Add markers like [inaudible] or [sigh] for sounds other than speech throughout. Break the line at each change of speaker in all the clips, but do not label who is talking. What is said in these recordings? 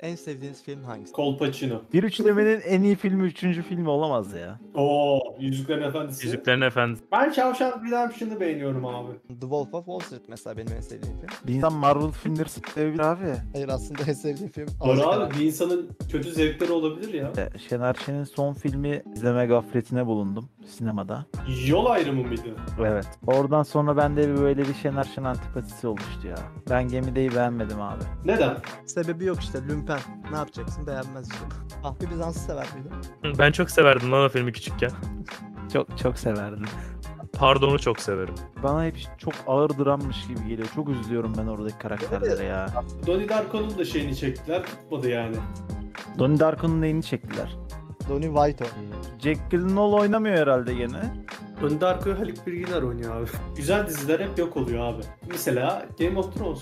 En sevdiğiniz film hangisi?
Kolpaçino.
Bir üçlemenin en iyi filmi üçüncü filmi olamaz ya.
Oo, Yüzüklerin Efendisi.
Yüzüklerin Efendisi.
Ben Shawshank Redemption'ı beğeniyorum abi.
The Wolf of Wall Street mesela benim en sevdiğim film.
Bir insan Marvel filmleri sevebilir abi.
Hayır aslında en sevdiğim film.
Doğru
Avatar.
abi bir insanın kötü zevkleri olabilir ya.
E, Şener Şen'in son filmi izleme gafletine bulundum sinemada.
Yol ayrımı mıydı?
Evet. Oradan sonra bende bir böyle bir Şener Şen antipatisi oluştu ya. Ben Gemide'yi beğenmedim abi.
Neden?
Sebebi yok işte lümpen. Ne yapacaksın beğenmez işte. Ahbi Bizans'ı sever miydin?
Ben çok severdim lan o filmi küçükken.
Çok çok severdim.
Pardon'u çok severim.
Bana hep çok ağır drammış gibi geliyor. Çok üzülüyorum ben oradaki karakterlere ya.
Donnie Darko'nun da şeyini çektiler. Tutmadı yani.
Donnie Darko'nun neyini çektiler?
Donnie White o.
Jack Gyllenhaal oynamıyor herhalde gene.
Donnie Darko'yu Haluk Bilginer oynuyor abi. [laughs] Güzel diziler hep yok oluyor abi. Mesela Game of Thrones.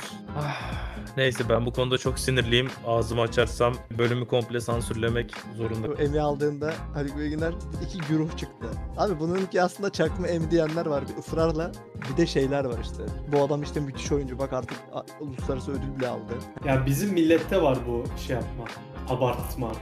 Neyse ben bu konuda çok sinirliyim. Ağzımı açarsam bölümü komple sansürlemek zorunda.
Bu Emmy aldığında Haluk Bilginer iki güruh çıktı. Abi bununki aslında çakma Emmy diyenler var bir ısrarla. Bir de şeyler var işte. Bu adam işte müthiş oyuncu bak artık a- uluslararası ödül bile aldı.
Ya bizim millette var bu şey yapma. Abartma.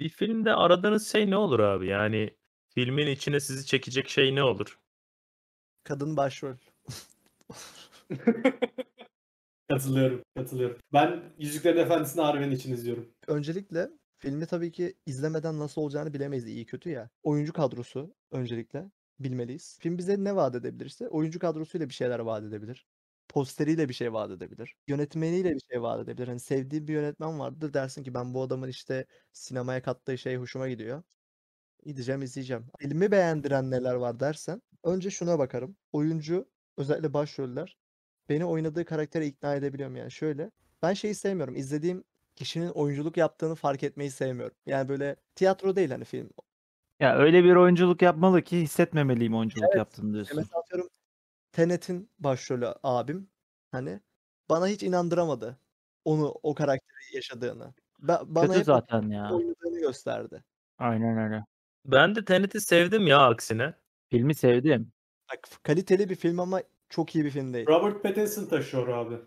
Bir filmde aradığınız şey ne olur abi? Yani filmin içine sizi çekecek şey ne olur?
Kadın başrol.
Katılıyorum, katılıyorum. Ben Yüzüklerin Efendisi'ni Arven için izliyorum.
Öncelikle filmi tabii ki izlemeden nasıl olacağını bilemeyiz iyi kötü ya. Oyuncu kadrosu öncelikle bilmeliyiz. Film bize ne vaat edebilirse oyuncu kadrosuyla bir şeyler vaat edebilir. Posteriyle bir şey vaat edebilir. Yönetmeniyle bir şey vaat edebilir. Hani sevdiğin bir yönetmen vardır dersin ki ben bu adamın işte sinemaya kattığı şey hoşuma gidiyor. Gideceğim izleyeceğim. Filmi beğendiren neler var dersen önce şuna bakarım. Oyuncu özellikle başroller beni oynadığı karaktere ikna edebiliyorum yani şöyle. Ben şeyi sevmiyorum. İzlediğim kişinin oyunculuk yaptığını fark etmeyi sevmiyorum. Yani böyle tiyatro değil hani film.
Ya öyle bir oyunculuk yapmalı ki hissetmemeliyim oyunculuk
Evet.
yaptım
E
diyorsun.
Mesela atıyorum Tenet'in başrolü abim hani bana hiç inandıramadı onu o karakteri yaşadığını. Ba- bana
Kötü
hep
zaten ya.
oynadığını gösterdi.
Aynen öyle.
Ben de Tenet'i sevdim ya aksine.
Filmi sevdim.
Bak kaliteli bir film ama çok iyi bir film değil.
Robert Pattinson taşıyor abi.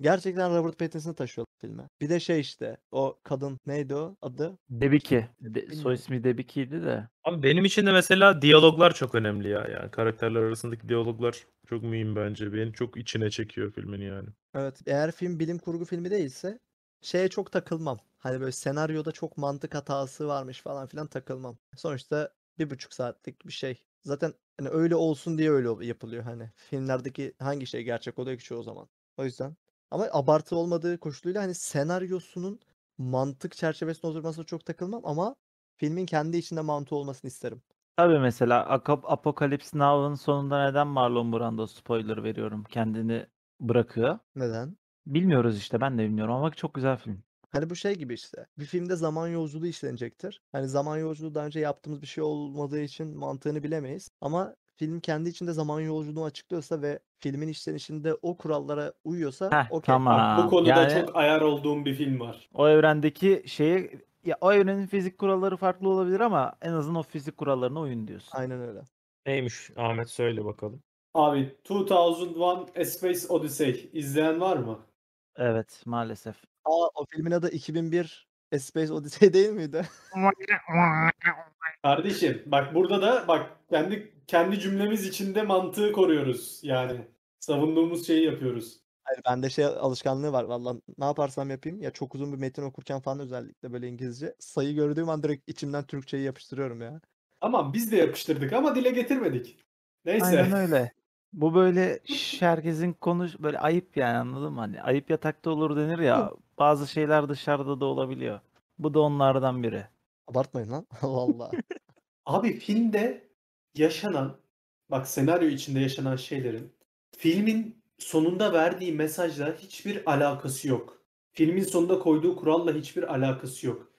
Gerçekten Robert Pattinson'ı taşıyor filme. Bir de şey işte o kadın neydi o adı?
Debiki. De, soy
Bilmiyorum.
ismi Debiki'ydi de.
Ama benim için de mesela diyaloglar çok önemli ya. Yani karakterler arasındaki diyaloglar çok mühim bence. Beni çok içine çekiyor filmin yani.
Evet eğer film bilim kurgu filmi değilse şeye çok takılmam. Hani böyle senaryoda çok mantık hatası varmış falan filan takılmam. Sonuçta bir buçuk saatlik bir şey. Zaten hani öyle olsun diye öyle ol- yapılıyor hani. Filmlerdeki hangi şey gerçek oluyor ki çoğu zaman. O yüzden. Ama abartı olmadığı koşuluyla hani senaryosunun mantık çerçevesine oturmasına çok takılmam ama filmin kendi içinde mantığı olmasını isterim.
Tabii mesela Akap- Apocalypse Now'ın sonunda neden Marlon Brando spoiler veriyorum kendini bırakıyor.
Neden?
Bilmiyoruz işte ben de bilmiyorum ama çok güzel film.
Hani bu şey gibi işte. Bir filmde zaman yolculuğu işlenecektir. Hani zaman yolculuğu daha önce yaptığımız bir şey olmadığı için mantığını bilemeyiz. Ama film kendi içinde zaman yolculuğunu açıklıyorsa ve filmin işlenişinde o kurallara uyuyorsa
Heh
okey.
tamam.
Bu konuda
Yani
çok ayar olduğum bir film var.
o evrendeki şeyi ya o evrenin fizik kuralları farklı olabilir ama en azından o fizik kurallarına uyun diyorsun.
Aynen öyle.
Neymiş Ahmet söyle bakalım.
Abi 2001 A Space Odyssey izleyen var mı?
Evet maalesef.
Aa o filmin adı 2001 A Space Odyssey [laughs] değil miydi?
Kardeşim bak burada da bak kendi kendi cümlemiz içinde mantığı koruyoruz yani. Savunduğumuz şeyi yapıyoruz.
Hayır, bende şey alışkanlığı var valla ne yaparsam yapayım ya çok uzun bir metin okurken falan özellikle böyle İngilizce sayı gördüğüm an direkt içimden Türkçeyi yapıştırıyorum ya.
Ama biz de yapıştırdık ama dile getirmedik. Neyse.
Aynen öyle. Bu böyle şş, herkesin konuş böyle ayıp yani anladın mı? Hani ayıp yatakta olur denir ya. Bazı şeyler dışarıda da olabiliyor. Bu da onlardan biri.
Abartmayın lan. [laughs] Allah Allah.
Abi filmde yaşanan, bak senaryo içinde yaşanan şeylerin filmin sonunda verdiği mesajla hiçbir alakası yok. Filmin sonunda koyduğu kuralla hiçbir alakası yok.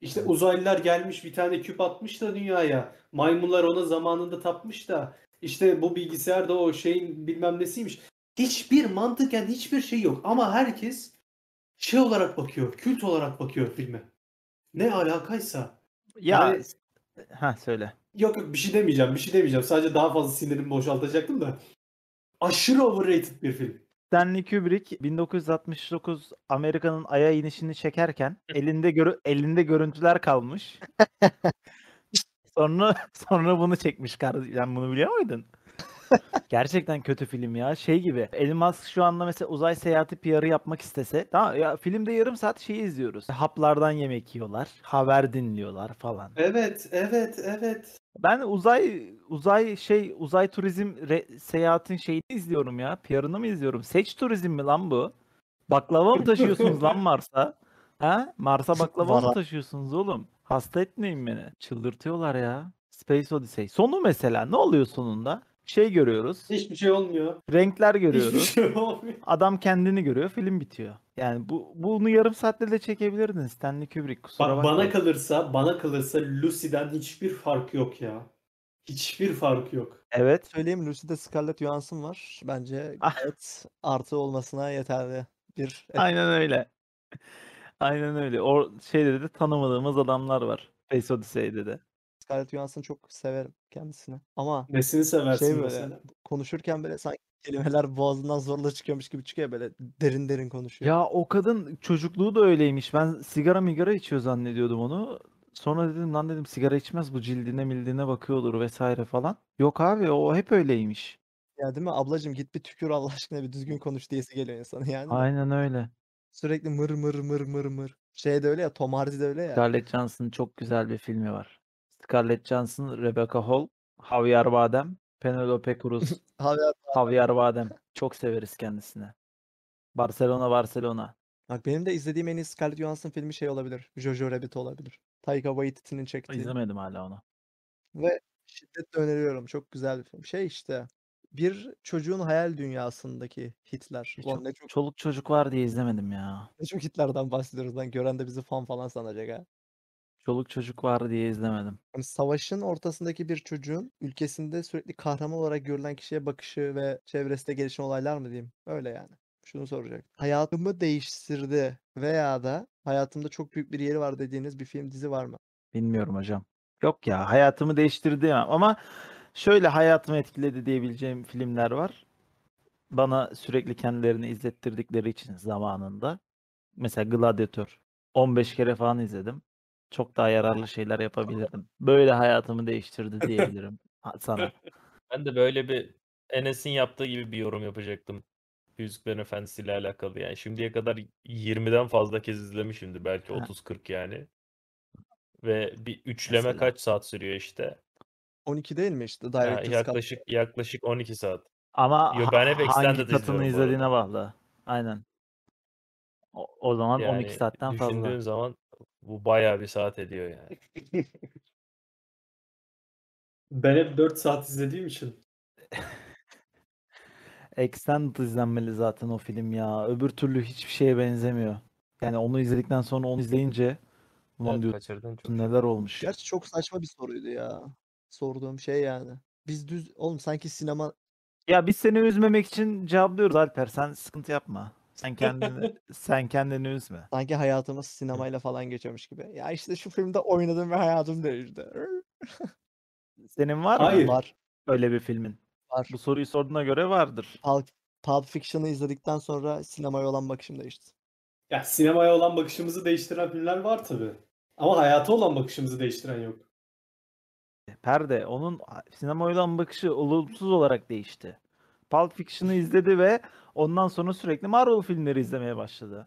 İşte uzaylılar gelmiş bir tane küp atmış da dünyaya. Maymunlar ona zamanında tapmış da. işte bu bilgisayar da o şeyin bilmem nesiymiş. Hiçbir mantıken hiçbir şey yok. Ama herkes şey olarak bakıyor, kült olarak bakıyor filme. Ne alakaysa.
Ya
Yani-
ha söyle.
Yok yok bir şey demeyeceğim. Bir şey demeyeceğim. Sadece daha fazla sinirimi boşaltacaktım da. Aşırı overrated bir film.
Stanley Kubrick 1969 Amerika'nın aya inişini çekerken elinde görü- elinde görüntüler kalmış. sonra sonra bunu çekmiş kardeşim. Sen bunu biliyor muydun? Gerçekten kötü film ya. Şey gibi. Elon Musk şu anda mesela uzay seyahati PR'ı yapmak istese. Tamam ya filmde yarım saat şeyi izliyoruz. Haplardan yemek yiyorlar. Haber dinliyorlar falan.
Evet, evet, evet.
Ben uzay uzay şey uzay turizm re- seyahatin şeyini izliyorum ya. PR'ını mı izliyorum? Seç turizm mi lan bu? Baklava mı
[laughs]
taşıyorsunuz lan Mars'a? Ha? Mars'a baklava mı
Valla.
taşıyorsunuz oğlum? Hasta etmeyin beni. Çıldırtıyorlar ya. Space Odyssey. Sonu mesela ne oluyor sonunda? Şey görüyoruz.
Hiçbir şey olmuyor.
Renkler
Hiçbir
görüyoruz.
şey olmuyor.
Adam kendini görüyor, film bitiyor. Yani bu bunu yarım saatte de çekebilirdin Stanley Kubrick. Kusura
Bak
bakma.
bana kalırsa, bana kalırsa Lucy'den hiçbir fark yok ya. Hiçbir fark yok.
Evet.
Söyleyeyim Lucy'de Scarlett Johansson var. Bence
Ah.
gayet artı olmasına yeterli bir
Aynen öyle. Aynen öyle. O şeyde de tanımadığımız adamlar var. Space Odyssey'de de.
Scarlett Johansson çok severim kendisini. Ama
Nesini seversin
Şey böyle,
mesela?
konuşurken böyle sanki kelimeler boğazından zorla çıkıyormuş gibi çıkıyor böyle derin derin konuşuyor.
Ya o kadın çocukluğu da öyleymiş. Ben sigara migara içiyor zannediyordum onu. Sonra dedim lan dedim sigara içmez bu cildine mildine bakıyor olur vesaire falan. Yok abi o hep öyleymiş.
Ya değil mi? Ablacım git bir tükür Allah aşkına bir düzgün konuş diyesi geliyor insana yani. de.
Aynen öyle.
Sürekli mır mır mır mır mır. Şey de öyle ya Tom Hardy de öyle ya.
Scarlett Johansson'ın çok güzel bir filmi var. Scarlett Johansson, Rebecca Hall, Javier Bardem, Penelope Cruz. [laughs]
Javier-
Javier Bardem. Çok severiz kendisini. Barcelona Barcelona.
Bak benim de izlediğim en iyi Scarlett Johansson filmi şey olabilir. Jojo Rabbit olabilir. Taika Waititi'nin çektiği.
İzlemedim hala onu.
Ve şiddetle öneriyorum. Çok güzel bir film. Şey işte bir çocuğun hayal dünyasındaki Hitler.
E,
Ulan
çok-
ne çok,
Çoluk çocuk var diye izlemedim ya.
ne çok Hitler'den bahsediyoruz lan. Gören de bizi fan falan sanacak ha.
Çoluk çocuk var diye izlemedim.
Yani savaşın ortasındaki bir çocuğun ülkesinde sürekli kahraman olarak görülen kişiye bakışı ve çevresinde gelişen olaylar mı diyeyim? Öyle yani. Şunu soracak. Hayatımı değiştirdi veya da hayatımda çok büyük bir yeri var dediğiniz bir film dizi var mı?
Bilmiyorum hocam. Yok ya hayatımı değiştirdi ya. ama şöyle hayatımı etkiledi diyebileceğim filmler var. Bana sürekli kendilerini izlettirdikleri için zamanında. Mesela Gladiator. 15 kere falan izledim. Çok daha yararlı şeyler yapabilirdim. Böyle hayatımı değiştirdi diyebilirim ha- sana.
Ben de böyle bir Enes'in yaptığı gibi bir yorum yapacaktım. Yüzüklerin Efendisi ile alakalı yani. Şimdiye kadar 20'den fazla kez izlemişimdir. Belki
Ha.
30-40 yani. Ve bir üçleme
Mesela.
kaç saat sürüyor işte?
12 değil mi işte?
Ya
Director's Cut.
yaklaşık yaklaşık 12 saat.
Ama
[laughs] Yo,
ha-
ben hep
hangi
extended izliyorum bu
katını
arada.
izlediğine bağlı. Aynen. O, o zaman 12
Yani
saatten fazla.
Düşündüğün zaman bu bayağı bir saat ediyor yani.
Ben hep 4 saat izlediğim için.
Extended izlenmeli zaten o film ya. Öbür türlü hiçbir şeye benzemiyor. Yani onu izledikten sonra onu izleyince ulan
Evet,
diyorsun
kaçırdın çok.
neler olmuş.
Gerçi çok saçma bir soruydu ya. Sorduğum şey yani. Biz düz oğlum sanki sinema
Ya biz seni üzmemek için cevaplıyoruz Alper. Sen sıkıntı yapma. Sen kendini sen kendini üzme.
sanki hayatımız sinemayla falan geçiyormuş gibi. Ya işte şu filmde oynadım ve hayatım değişti.
Senin var mı
Hayır.
Var.
öyle bir filmin?
Var.
Bu soruyu sorduğuna göre vardır.
Pulp, Pulp Fiction'ı izledikten sonra sinemaya olan bakışım değişti.
Ya sinemaya olan bakışımızı değiştiren filmler var tabii. Ama hayata olan bakışımızı değiştiren yok.
Perde onun sinema olan bakışı olumsuz olarak değişti. Pulp Fiction'ı izledi ve ondan sonra sürekli Marvel filmleri izlemeye başladı.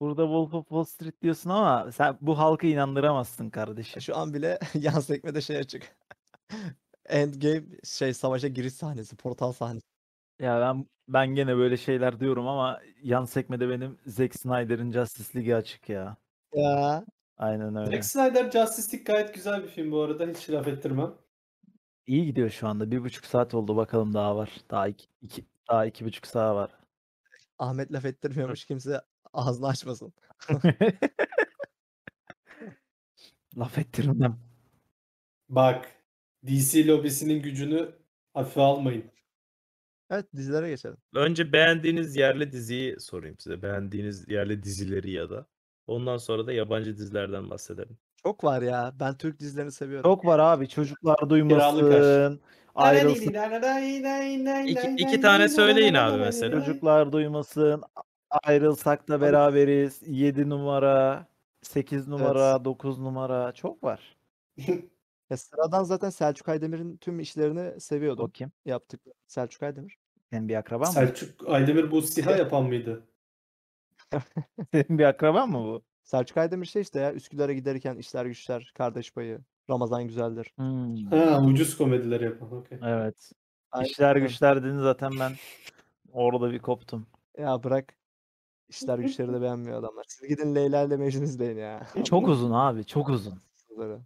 Burada Wolf of Wall Street diyorsun ama sen bu halkı inandıramazsın kardeşim.
Şu an bile [laughs] yan sekmede şey açık. [laughs] Endgame şey savaşa giriş sahnesi, portal sahnesi.
Ya ben ben gene böyle şeyler diyorum ama yan sekmede benim Zack Snyder'ın Justice League'i açık ya.
Ya
Aynen öyle.
Zack Snyder Justice League gayet güzel bir film bu arada. Hiç laf ettirmem.
İyi gidiyor şu anda. Bir buçuk saat oldu. Bakalım daha var. Daha iki, iki daha iki buçuk saat var.
Ahmet laf ettirmiyormuş kimse ağzını açmasın.
[laughs] Laf ettirmem.
Bak DC lobisinin gücünü hafife almayın.
Evet dizilere geçelim.
Önce beğendiğiniz yerli diziyi sorayım size. Beğendiğiniz yerli dizileri ya da. Ondan sonra da yabancı dizilerden bahsedelim.
Çok var ya. Ben Türk dizilerini seviyorum.
Çok var abi. Çocuklar duymasın. Ayrılsın.
İki,
İki,
iki tane söyleyin abi mesela.
Çocuklar duymasın. Ayrılsak da beraberiz. 7 numara, 8 numara, 9 numara. Çok var.
Ya sıradan zaten Selçuk Aydemir'in tüm işlerini seviyordum.
O kim?
Yaptık. Selçuk Aydemir.
Senin bir akraban mı?
Selçuk Aydemir bu siha yapan mıydı?
[laughs] Senin bir akraban mı bu?
Selçuk Aydemir şey işte ya Üsküdar'a giderken işler güçler, kardeş payı, Ramazan güzeldir.
Hmm,
Ha ucuz komediler yapan. okey.
Evet.
Aynen
İşler
öyle.
güçler dedin zaten ben orada bir koptum.
Ya bırak. İşler güçleri
[laughs]
de beğenmiyor adamlar. Siz gidin Leyla ile Mecnun izleyin ya. [laughs]
Çok uzun abi, çok uzun.
Bunları.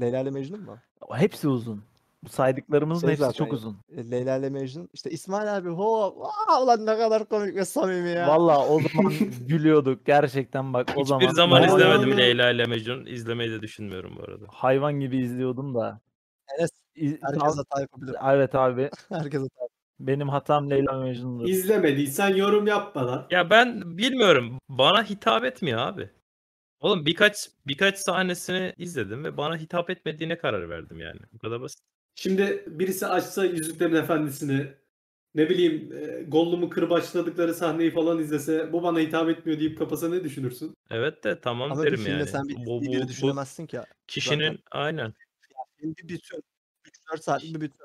Leyla ile Mecnun mu?
Hepsi uzun. Bu saydıklarımızın
Şey
hepsi
zaten
çok
yok.
uzun.
E, Leyla ile Mecnun. İşte İsmail abi ho aa, ulan ne kadar komik ve samimi ya.
[laughs]
Vallahi o zaman gülüyorduk gerçekten bak o zaman.
Hiçbir zaman
Ne oluyor
izlemedim
abi?
Leyla ile Mecnun. İzlemeyi de düşünmüyorum bu arada.
Hayvan gibi izliyordum da.
Enes,
İz-
Herkes hata yapabilir.
Evet abi.
Herkes hata
Benim hatam Leyla Mecnun'dur.
İzlemediysen yorum yapma lan.
Ya ben bilmiyorum. Bana hitap etmiyor abi. Oğlum birkaç birkaç sahnesini izledim ve bana hitap etmediğine karar verdim yani. Bu kadar basit.
Şimdi birisi açsa Yüzüklerin Efendisi'ni ne bileyim e, Gollum'u kırbaçladıkları sahneyi falan izlese bu bana hitap etmiyor deyip kapasa ne düşünürsün?
Evet de tamam
Ama bir
derim
filmde
yani.
sen bir
bu,
ilgili
bu- bu
düşünemezsin ki.
kişinin aynen.
Film bir bütün. 3-4 saatlik bir bütün.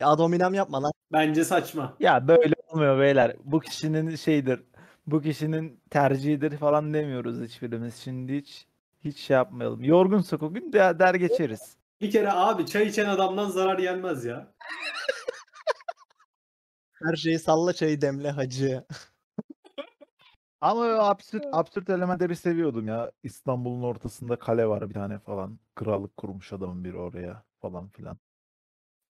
Ya Adominem yapma lan.
Bence saçma.
Ya böyle olmuyor beyler. Bu kişinin şeyidir. Bu kişinin tercihidir falan demiyoruz hiçbirimiz. Şimdi hiç hiç şey yapmayalım. Yorgunsak o gün de der geçeriz.
Bir kere abi çay içen adamdan zarar yenmez ya.
Her şeyi salla çayı demle hacı.
Ama o absürt, absürt elementleri seviyordum ya. İstanbul'un ortasında kale var bir tane falan. Krallık kurmuş adamın biri oraya falan filan.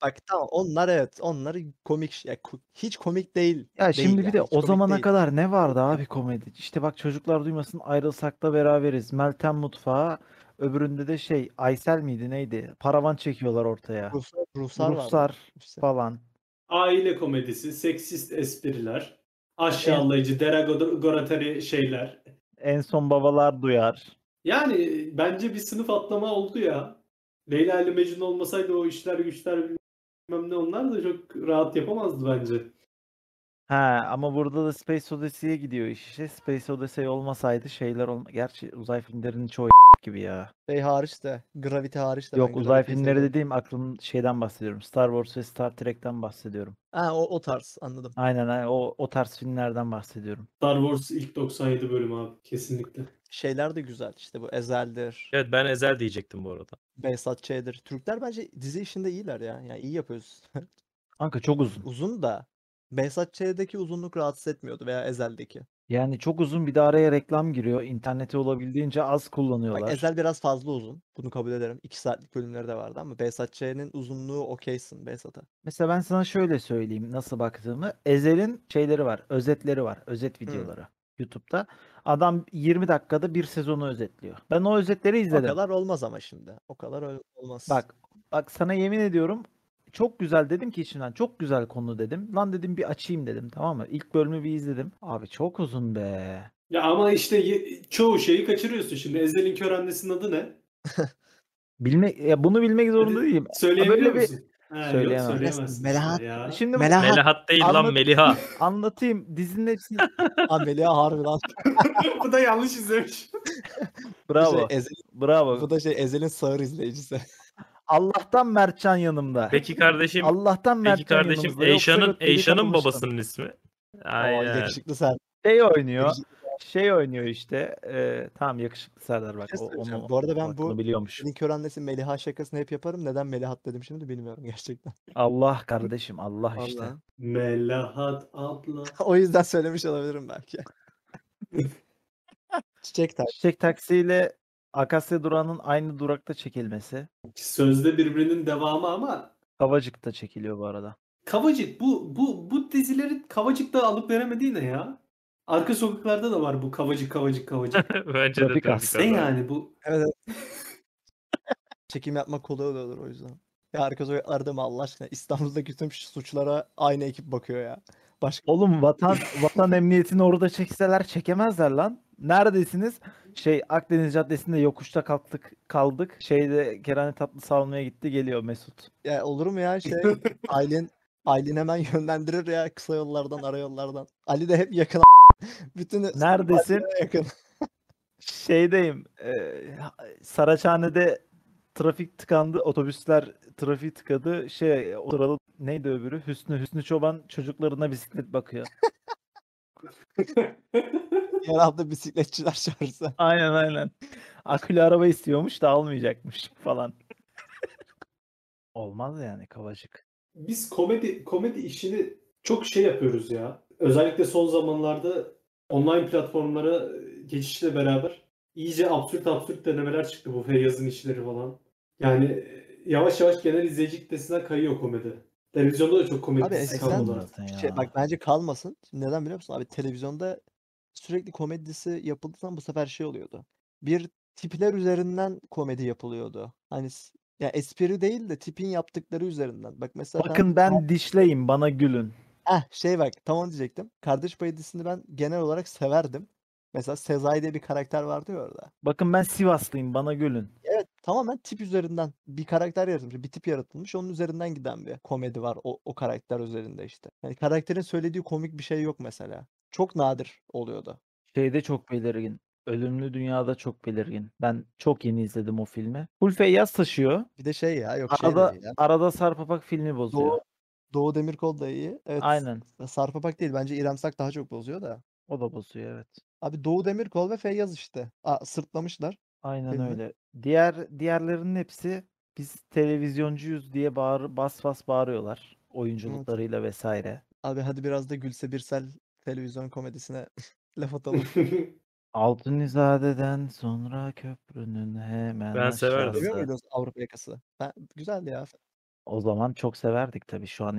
Bak tamam onlar evet. Onları komik. Ya, ko- hiç komik değil.
Ya
Değil
şimdi bir
ya,
de
hiç
o
komik
zamana
değil.
kadar ne vardı abi komedi? İşte bak çocuklar duymasın ayrılsak da beraberiz. Meltem Mutfağı öbüründe de şey Aysel miydi neydi? Paravan çekiyorlar ortaya.
Ruslar, Ruslar var.
Ruhsar
İşte.
falan.
Aile komedisi, seksist espriler, aşağılayıcı, derogatörü şeyler.
En son babalar duyar.
Yani bence bir sınıf atlama oldu ya. Leyla ile Mecnun olmasaydı o işler güçler bilmem ne onlar da çok rahat yapamazdı bence.
Ha ama burada da Space Odyssey'e gidiyor iş işte. Space Odyssey olmasaydı şeyler olma. Gerçi uzay filmlerinin çoğu [laughs] gibi ya.
Şey hariç de. Gravity hariç de.
Yok
ben
uzay
Gravity'yi
filmleri
seviyorum.
dediğim aklım şeyden bahsediyorum. Star Wars ve Star Trek'ten bahsediyorum.
Ha o, o tarz anladım.
Aynen aynen, o, o tarz filmlerden bahsediyorum.
Star Wars ilk 97 bölüm abi kesinlikle.
Şeyler de güzel. İşte bu Ezel'dir.
Evet ben Ezel diyecektim bu arada.
Behzat Ç'dir. Türkler bence dizi işinde iyiler ya. Yani iyi yapıyoruz. [laughs]
Kanka çok uzun.
Uzun da. Behzat Ç'deki uzunluk rahatsız etmiyordu veya Ezel'deki.
Yani çok uzun bir de araya reklam giriyor. İnterneti olabildiğince az kullanıyorlar.
Bak Ezel biraz fazla uzun. Bunu kabul ederim. 2 saatlik bölümleri de vardı ama Behzat Ç'nin uzunluğu okeysin Behzat'a.
Mesela ben sana şöyle söyleyeyim nasıl baktığımı. Ezel'in şeyleri var, özetleri var, özet videoları YouTube'da. Adam 20 dakikada bir sezonu özetliyor. Ben o özetleri
O
izledim.
kadar olmaz ama şimdi. O kadar öyle olmaz.
Bak, bak sana yemin ediyorum çok güzel dedim ki içimden çok güzel konu dedim. Lan dedim bir açayım dedim tamam mı? İlk bölümü bir izledim. Abi çok uzun be.
Ya ama işte ye- çoğu şeyi kaçırıyorsun şimdi. Ezel'in kör annesinin adı ne?
Bilmek ya bunu bilmek zorunda
Hadi.
değilim.
Söyleyebiliyor
böyle bir-
musun? Ha, yok,
Söyleyemem.
söyleyemezsin
Melahat-
işte ya.
Şimdi
Melahat
Melahat değil lan
anlat-
Meliha.
anlatayım. Dizinin
[laughs]
hepsini
şey Amelia
[laughs]
harbiden.
[laughs] Bu da yanlış izlemiş.
bravo.
Bu, şey Ezel,
Bravo.
bu da şey Ezel'in sağır izleyicisi.
Allah'tan Mertcan yanımda.
Peki kardeşim,
Allah'tan Mertcan
peki kardeşim
yanımızda. Yoksa
Eyşan'ın
götleri
Eyşan'ın
kanamıştım.
babasının ismi.
Aa,
Aynen.
yakışıklı sen.
Şey oynuyor.
Yakışıklı
Şey oynuyor işte. E, tamam yakışıklı Serdar bak.
Bir şey
o-
söyleyeceğim.
onu,
Bu arada ben
aklını
bu-
biliyormuş.
Senin kör annesi Meliha şakasını hep yaparım. Neden Melihat dedim şimdi bilmiyorum gerçekten.
Allah kardeşim Allah işte.
Vallahi. [laughs]
Melahat abla.
o yüzden söylemiş olabilirim belki. [laughs] Çiçek tak.
Çiçek taksiyle Akasya durağının aynı durakta çekilmesi.
Sözde birbirinin devamı ama
Kavacık'ta çekiliyor bu arada.
Kavacık bu bu bu dizileri Kavacık da alıp veremediği ne ya? Arka sokaklarda da var bu Kavacık Kavacık Kavacık.
[laughs] Bence de
Trafik
trafik
aslında.
ne
kazası.
yani bu? [laughs]
Evet. [laughs] Çekim yapmak kolay oluyordur o yüzden. Ya herkes öyle aradı mı Allah aşkına? İstanbul'daki tüm suçlara aynı ekip bakıyor ya. Başka
Oğlum vatan
[laughs]
vatan emniyetini orada çekseler çekemezler lan. Neredesiniz? Şey Akdeniz Caddesi'nde yokuşta kalktık kaldık. Şeyde Kerane tatlı salmaya gitti geliyor Mesut.
ya olur mu
[laughs]
ya şey Aylin Aylin hemen yönlendirir ya kısa yollardan ara yollardan. Ali de hep yakın a- bütün
[laughs]
[laughs]
Neredesin?
Ali'ye yakın.
Şeydeyim. e, Saraçhane'de trafik tıkandı. Otobüsler trafiği tıkadı. Şey o sırada neydi öbürü? Hüsnü Hüsnü Çoban çocuklarına bisiklet bakıyor.
Her hafta bisikletçiler çağırsa.
Aynen aynen. Akülü araba istiyormuş da almayacakmış falan. Olmaz yani kavacık.
Biz komedi komedi işini çok şey yapıyoruz ya. Özellikle son zamanlarda online platformlara geçişle beraber iyice absürt absürt denemeler çıktı bu Feyyaz'ın işleri falan. Yani e, yavaş yavaş genel izleyici kitlesinden kayıyor komedi. Televizyonda da çok komedi
Abi
dizisi
eskiden-
kalmadı artık.
Zaten
Şey,
ya.
bak bence kalmasın. Şimdi neden biliyor musun? Abi televizyonda sürekli komedi dizisi yapıldığı zaman bu sefer şey oluyordu. Bir tipler üzerinden komedi yapılıyordu. Hani s- ya espri değil de tipin yaptıkları üzerinden. Bak mesela
Bakın ben dişleyim bana gülün.
Ah şey bak tam onu diyecektim. Kardeş Payı dizisini ben genel olarak severdim. Mesela Sezai diye bir karakter vardı ya orada.
Bakın ben Sivaslıyım bana gülün.
Evet tamamen tip üzerinden bir karakter yaratılmış, bir tip yaratılmış. Onun üzerinden giden bir komedi var o, o karakter üzerinde işte. Yani karakterin söylediği komik bir şey yok mesela. Çok nadir oluyordu.
Şeyde çok belirgin. Ölümlü Dünya'da çok belirgin. Ben çok yeni izledim o filmi. Full Feyyaz taşıyor.
Bir de şey ya yok şey de
Arada,
değil ya.
arada Sarpapak filmi bozuyor.
Doğu, Doğu Demirkol da iyi. Evet.
Aynen.
Sarpapak değil bence İrem Sak daha çok bozuyor da.
O da bozuyor evet.
Abi Doğu Demirkol ve Feyyaz işte. Aa, sırtlamışlar.
Aynen
Filmi.
öyle. Diğer diğerlerinin hepsi biz televizyoncuyuz diye bağır, bas bas bağırıyorlar. Oyunculuklarıyla vesaire.
Abi hadi biraz da Gülse Birsel televizyon komedisine [laughs] laf atalım.
Altunizade'den sonra köprünün hemen
Ben severdim.
Seviyor
aşağısı.
muydunuz Avrupa yakası? Ben, güzeldi ya.
O zaman çok severdik tabii. Şu an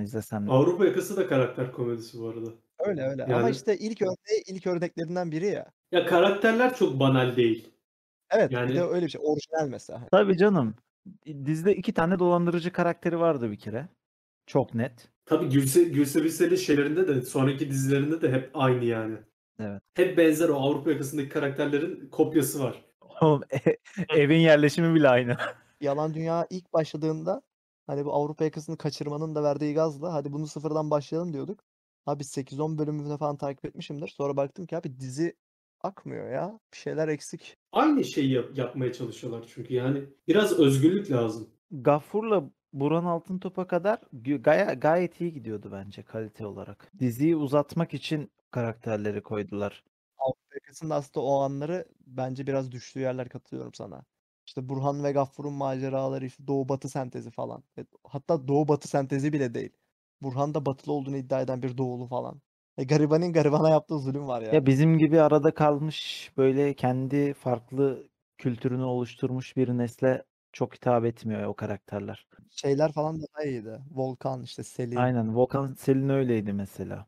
[laughs]
izlesem
Avrupa yakası da karakter komedisi bu arada.
Öyle öyle. Ama
Yani-
işte ilk örneği ilk örneklerinden biri ya.
Ya karakterler çok banal değil.
Evet bir de
Yani-
öyle bir şey. Orijinal mesela.
Tabii canım. Dizide iki tane dolandırıcı karakteri vardı bir kere. Çok net. [laughs]
Tabii Gülse, Gülse Birsel'in şeylerinde de sonraki dizilerinde de hep aynı yani.
Evet.
Hep benzer o Avrupa yakasındaki karakterlerin kopyası var.
Oğlum, e- evin yerleşimi bile aynı. [laughs]
Yalan Dünya ilk başladığında hani bu Avrupa yakasını kaçırmanın da verdiği gazla hadi bunu sıfırdan başlayalım diyorduk. Abi 8-10 bölümünü falan takip etmişimdir. Sonra baktım ki abi dizi akmıyor ya. Bir şeyler eksik.
Aynı şeyi yap- yapmaya çalışıyorlar çünkü yani biraz özgürlük lazım.
Gafur'la Buran Altıntop'a kadar gü- gaya, gayet iyi gidiyordu bence kalite olarak. Diziyi uzatmak için karakterleri koydular.
Avrupa yakasında aslında o anları bence biraz düştüğü yerler katılıyorum sana. İşte Burhan ve Gaffur'un maceraları, işte Doğu Batı sentezi falan. E, Hatta Doğu Batı sentezi bile değil. Burhan da batılı olduğunu iddia eden bir doğulu falan. E, garibanın garibana yaptığı zulüm var ya.
Ya bizim gibi arada kalmış böyle kendi farklı kültürünü oluşturmuş bir nesle çok hitap etmiyor o karakterler.
Şeyler falan da daha iyiydi. Volkan işte Selin.
Aynen Volkan Selin öyleydi mesela.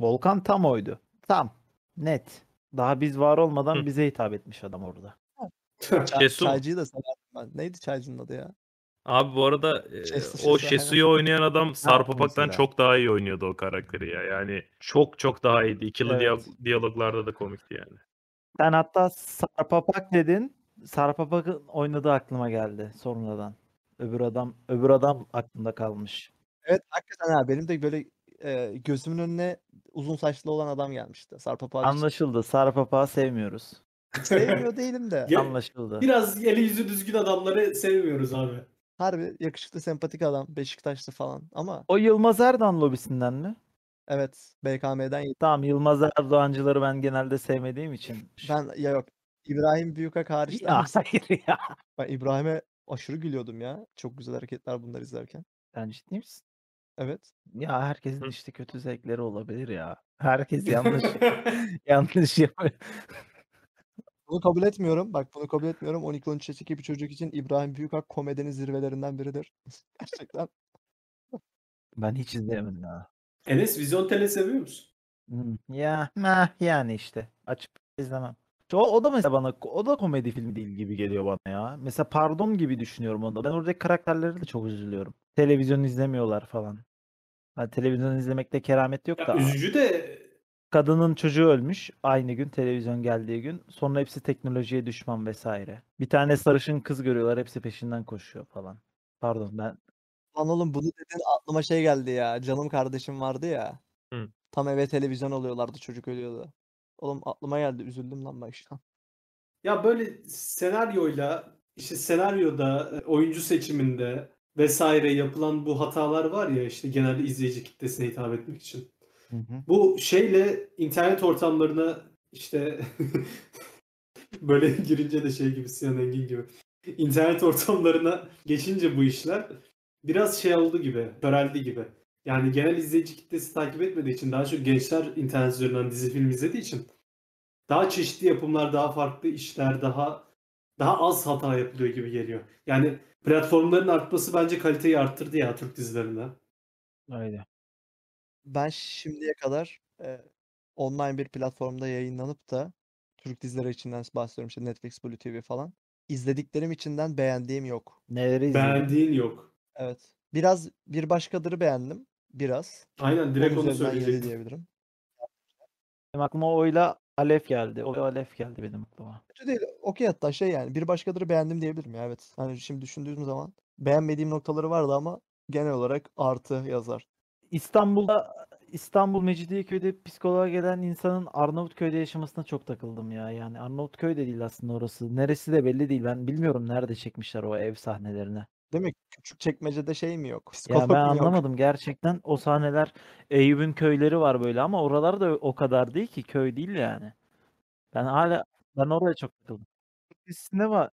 Volkan tam oydu. Tam. Net. Daha biz var olmadan
Hı.
bize hitap etmiş adam orada.
Çay-
Kesu.
Çaycıyı da severdim ben. Neydi çaycının adı ya?
Abi bu arada e,
Şesu-
o
Şesu, aynen.
Şesu'yu oynayan adam Sarpapak'tan
mesela?
çok daha iyi oynuyordu o karakteri ya. Yani çok çok daha iyiydi. İkili
Evet.
diyalog- diyaloglarda da komikti yani.
Sen hatta Sarpapak dedin. Sarpapak'ın oynadığı aklıma geldi sonradan. Öbür adam öbür adam aklımda kalmış.
Evet hakikaten ha benim de böyle e, gözümün önüne uzun saçlı olan adam gelmişti. Sarpapa
Anlaşıldı. Sarpapak'ı sevmiyoruz.
sevmiyor değilim de.
Ya- [laughs]
Anlaşıldı.
Biraz eli yüzü düzgün adamları sevmiyoruz abi.
Harbi yakışıklı sempatik adam Beşiktaşlı falan ama
O Yılmaz Erdoğan lobisinden mi?
evet BKM'den yedim.
Tamam Yılmaz Erdoğancıları ben genelde sevmediğim için.
Ben ya yok İbrahim Büyükak hariç
Ya [laughs] hayır ya.
[laughs] ben İbrahim'e aşırı gülüyordum ya. Çok güzel hareketler bunları izlerken.
Sen ciddi misin?
Evet.
Ya herkesin
Hı.
işte kötü [laughs] zevkleri olabilir ya. Herkes yanlış yanlış yapıyor.
Bunu kabul etmiyorum. Bak bunu kabul etmiyorum. 12-13 yaşındaki bir çocuk için İbrahim Büyükak komedinin zirvelerinden biridir. [laughs] Gerçekten.
Ben hiç izleyemedim ya.
[laughs] Enes Vizyon Tele seviyor musun?
Hmm, Ya meh, yani işte. Açıp izlemem. O, o da mesela bana o da komedi filmi değil gibi geliyor bana ya. Mesela Pardon gibi düşünüyorum onu da. Ben oradaki karakterlere de çok üzülüyorum. Televizyon izlemiyorlar falan. Ha, televizyon izlemekte keramet yok
Ya
da.
üzücü de
Kadının çocuğu ölmüş aynı gün televizyon geldiği gün. Sonra hepsi teknolojiye düşman vesaire. Bir tane sarışın kız görüyorlar hepsi peşinden koşuyor falan. Pardon ben
Lan oğlum bunu dedin aklıma şey geldi ya. Canım kardeşim vardı ya.
Hı.
Tam eve televizyon alıyorlardı çocuk ölüyordu. Oğlum aklıma geldi üzüldüm lan bak şu an.
Ya böyle senaryoyla işte senaryoda e, oyuncu seçiminde vesaire yapılan bu hatalar var ya işte genelde izleyici kitlesine hitap etmek için. Bu şeyle internet ortamlarına işte [laughs] böyle girince de şey gibi Sinan Engin gibi internet ortamlarına geçince bu işler biraz şey oldu gibi, köreldi gibi. Yani genel izleyici kitlesi takip etmediği için daha çok gençler internet üzerinden dizi film izlediği için daha çeşitli yapımlar, daha farklı işler, daha daha az hata yapılıyor gibi geliyor. Yani platformların artması bence kaliteyi arttırdı ya Türk dizilerinde.
öyle.
Ben şimdiye kadar e, online bir platformda yayınlanıp da Türk dizileri içinden bahsediyorum işte Netflix, Blue TV falan. İzlediklerim içinden beğendiğim yok.
Neleri izledin?
Beğendiğin yok.
Evet. Biraz bir başkadırı beğendim. Biraz.
Aynen
On
direkt onu
üzerinden yedi
söyleyecektim.
diyebilirim.
Benim aklıma oyla Alef geldi. O Alef geldi benim aklıma.
Kötü değil. Okey hatta şey yani bir başkaları beğendim diyebilirim ya evet. Hani şimdi düşündüğüm zaman beğenmediğim noktaları vardı ama genel olarak artı yazar.
İstanbul'da İstanbul Mecidiyeköy'de psikoloğa gelen insanın Arnavutköy'de yaşamasına çok takıldım ya. Yani Arnavutköy de değil aslında orası. Neresi de belli değil. Ben bilmiyorum nerede çekmişler o ev sahnelerini.
Değil mi? Küçük çekmecede şey mi yok?
Ya
Psikolog
ben
mu yok?
anlamadım gerçekten o sahneler Eyüp'ün köyleri var böyle ama oralar da o kadar değil ki köy değil yani. Ben hala ben oraya çok takıldım. Türk dizisinde var.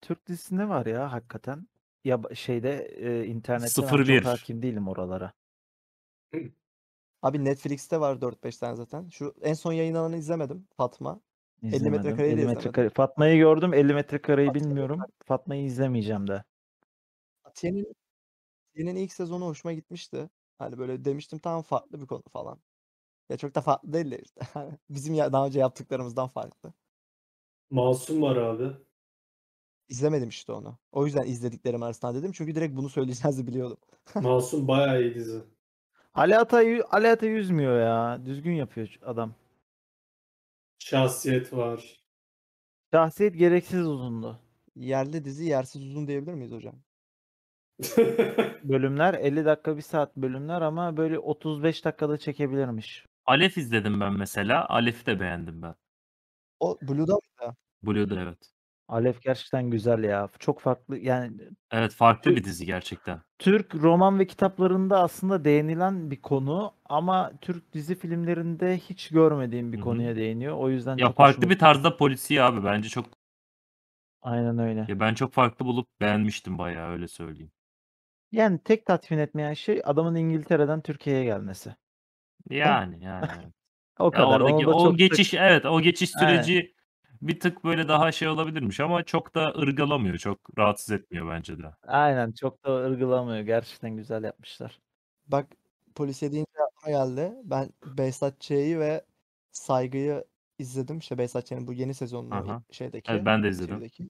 Türk dizisinde var ya hakikaten. Ya ba- şeyde e, internette ben çok
01.
hakim değilim oralara.
Abi Netflix'te var 4-5 tane zaten. Şu en son yayınlananı izlemedim. Fatma. 50
İzlemedim.
metrekareyi de
50
izlemedim.
metrekare. Fatma'yı gördüm. 50 metrekareyi
Fatma'yı
bilmiyorum. Fatma'yı izlemeyeceğim de.
Atiye'nin Atiye'nin ilk sezonu hoşuma gitmişti. Hani böyle demiştim tamam farklı bir konu falan. Ya çok da farklı değil de işte. [laughs] Hani Bizim ya, daha önce yaptıklarımızdan farklı.
Masum var abi.
İzlemedim işte onu. O yüzden izlediklerim arasında dedim. Çünkü direkt bunu söyleyeceğinizi [laughs] biliyordum.
Masum bayağı iyi dizi.
Ali Atay, Ali Atay üzmüyor ya. Düzgün yapıyor adam.
Şahsiyet var. [laughs]
Şahsiyet gereksiz uzundu.
Yerli dizi yersiz uzun diyebilir miyiz hocam?
bölümler 50 dakika 1 saat bölümler ama böyle 35 dakikada çekebilirmiş.
Alef izledim ben mesela. Alef'i de beğendim ben.
O Blue'da
Blue'da evet.
Alef gerçekten güzel ya. Çok farklı yani
Evet farklı
bir
dizi gerçekten.
Türk roman ve kitaplarında aslında değinilen bir konu ama Türk dizi filmlerinde hiç görmediğim bir
Hı hı.
konuya değiniyor. O yüzden
Ya
çok
farklı
hoşuma-
bir tarzda polisiye abi bence çok
Aynen öyle.
ya ben çok farklı bulup beğenmiştim bayağı öyle söyleyeyim.
Yani tek tatmin etmeyen şey adamın İngiltere'den Türkiye'ye gelmesi.
Yani yani.
[laughs] O
Ya
kadar.
oradaki
Ona da
o
çok da-
geçiş evet o geçiş
Aynen.
süreci bir tık böyle daha şey olabilirmiş ama çok da ırgalamıyor, çok rahatsız etmiyor bence de.
Aynen çok da ırgılamıyor. Gerçekten güzel yapmışlar.
bak polisiye deyince aklıma geldi. Ben Behzat Ç'yi ve Saygı'yı izledim. İşte Behzat Ç'nin bu yeni sezonunu
Aha.
i- şeydeki.
Evet ben de izledim.
TV'deki.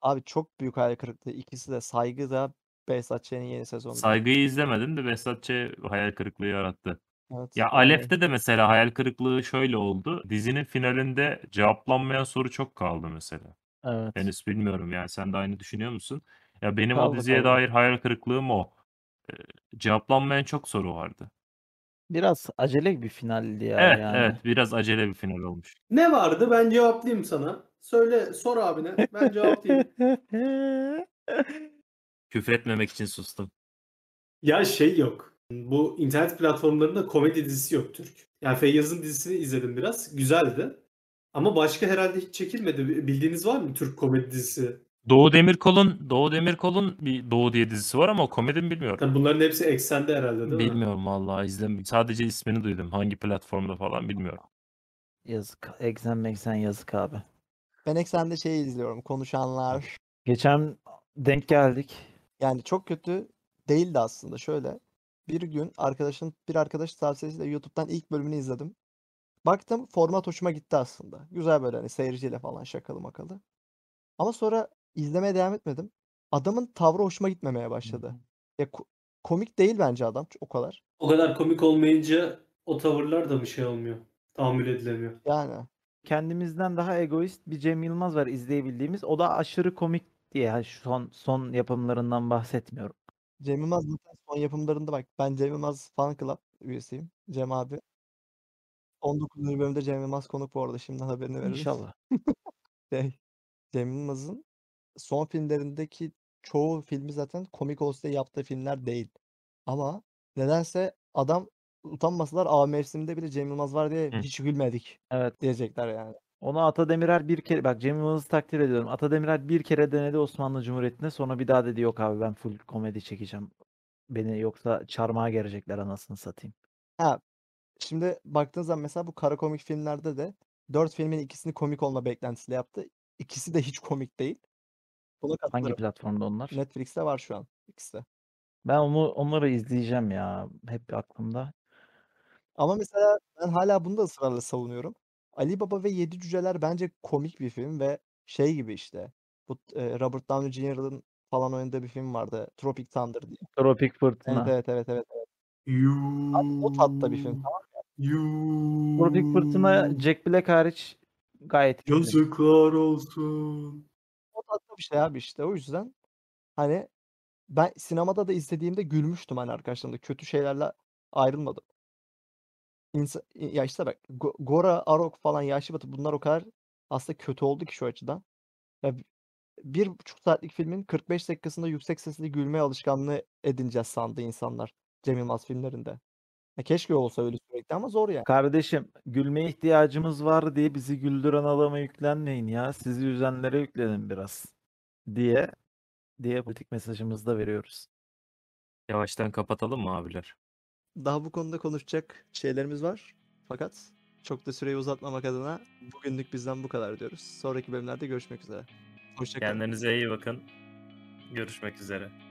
Abi çok büyük hayal kırıklığı. İkisi de Saygı da Behzat Ç'nin yeni sezonu.
Saygıyı izlemedim de Behzat Ç. hayal kırıklığı yarattı.
Evet,
Ya
yani
Alef'te de mesela hayal kırıklığı şöyle oldu. Dizinin finalinde cevaplanmayan soru çok kaldı mesela.
Evet.
Henüz bilmiyorum yani sen de aynı düşünüyor musun? Ya benim o
Kaldı,
diziye
kaldı.
dair hayal kırıklığım o. Ee, cevaplanmayan çok soru vardı.
Biraz acele bir finaldi ya
evet
yani.
evet biraz acele bir final olmuş.
Ne vardı? Ben cevaplayayım sana. Söyle, sor abine. Ben cevaplayayım.
[laughs]
Küfretmemek için sustum.
[laughs] Ya şey yok. Bu internet platformlarında komedi dizisi yok Türk. Yani Feyyaz'ın dizisini izledim biraz. Güzeldi. Ama başka herhalde hiç çekilmedi. Bildiğiniz var mı Türk komedi dizisi?
Doğu Demirkol'un Doğu Demirkol'un bir Doğu diye dizisi var ama o komedi mi bilmiyorum.
Tabii Hani bunların hepsi eksende herhalde değil mi?
Bilmiyorum vallahi izlemedim. Sadece ismini duydum. Hangi platformda falan bilmiyorum.
Yazık. Egzen megzen yazık abi.
Ben eksende şey izliyorum. Konuşanlar.
Geçen denk geldik.
Yani çok kötü değildi aslında. Şöyle bir gün arkadaşın bir arkadaş tavsiyesiyle YouTube'dan ilk bölümünü izledim. Baktım format hoşuma gitti aslında. Güzel böyle hani seyirciyle falan şakalı makalı. Ama sonra izlemeye devam etmedim. Adamın tavrı hoşuma gitmemeye başladı. Ya ko- komik değil bence adam o kadar.
O kadar komik olmayınca o tavırlar da bir şey olmuyor. Tahammül edilemiyor.
Yani
Kendimizden daha egoist bir Cem Yılmaz var izleyebildiğimiz. O da aşırı komik diye yani şu son son yapımlarından bahsetmiyorum.
Cem Yılmaz zaten son yapımlarında bak ben Cem Yılmaz fan club üyesiyim. Cem abi. 19. bölümde Cem Yılmaz konuk bu arada şimdiden haberini veririz.
İnşallah.
Şey, Cem Yılmaz'ın son filmlerindeki çoğu filmi zaten komik olsun diye yaptığı filmler değil. Ama nedense adam utanmasalar A mevsiminde bile Cem Yılmaz var diye
Hı.
hiç gülmedik
Evet.
diyecekler yani.
Onu Ata Demirer bir kere bak Cem Yılmaz'ı takdir ediyorum. Ata Demirer bir kere denedi Osmanlı Cumhuriyeti'nde sonra bir daha dedi yok abi ben full komedi çekeceğim. Beni yoksa çarmıha gelecekler anasını satayım.
Şimdi baktığın zaman mesela bu kara komik filmlerde de 4 filmin ikisini komik olma beklentisiyle yaptı. İkisi de hiç komik değil. Buna
Hangi
katılırım.
platformda onlar?
Netflix'te var şu an ikisi de.
Ben onu, onları izleyeceğim ya. Hep aklımda.
Ama mesela ben hala bunu da ısrarla savunuyorum. Ali Baba ve Yedi Cüceler bence komik bir film ve şey gibi işte. Bu e, Robert Downey Jr.'ın falan oynadığı bir film vardı. Tropic Thunder diye.
Tropik Fırtına.
Evet evet evet. evet. evet.
Yuu.
Abi o tatta bir film tamam.
Yuu.
Tropik Fırtına
Hmm.
Jack Black hariç gayet iyiydi.
Yazıklar olsun.
O tatta bir şey abi işte. O yüzden hani ben sinemada da izlediğimde gülmüştüm hani arkadaşlarımla. Kötü şeylerle ayrılmadım. İnsa, ya işte bak Go- Gora, Arok falan, Yahşi Batı bunlar o kadar aslında kötü oldu ki şu açıdan. Ya bi- bir buçuk saatlik filmin 45 dakikasında yüksek sesle gülme alışkanlığı edineceğiz sandı insanlar Cem Yılmaz filmlerinde. Ya keşke olsa öyle sürekli ama zor yani.
Kardeşim gülmeye ihtiyacımız var diye bizi güldüren adama yüklenmeyin ya. Sizi üzenlere yüklenin biraz diye diye politik mesajımızı da veriyoruz.
Yavaştan kapatalım mı abiler?
Daha bu konuda konuşacak şeylerimiz var. Fakat çok da süreyi uzatmamak adına bugünlük bizden bu kadar diyoruz. Sonraki bölümlerde görüşmek üzere. Hoşçakalın.
Kendinize iyi bakın. Görüşmek üzere.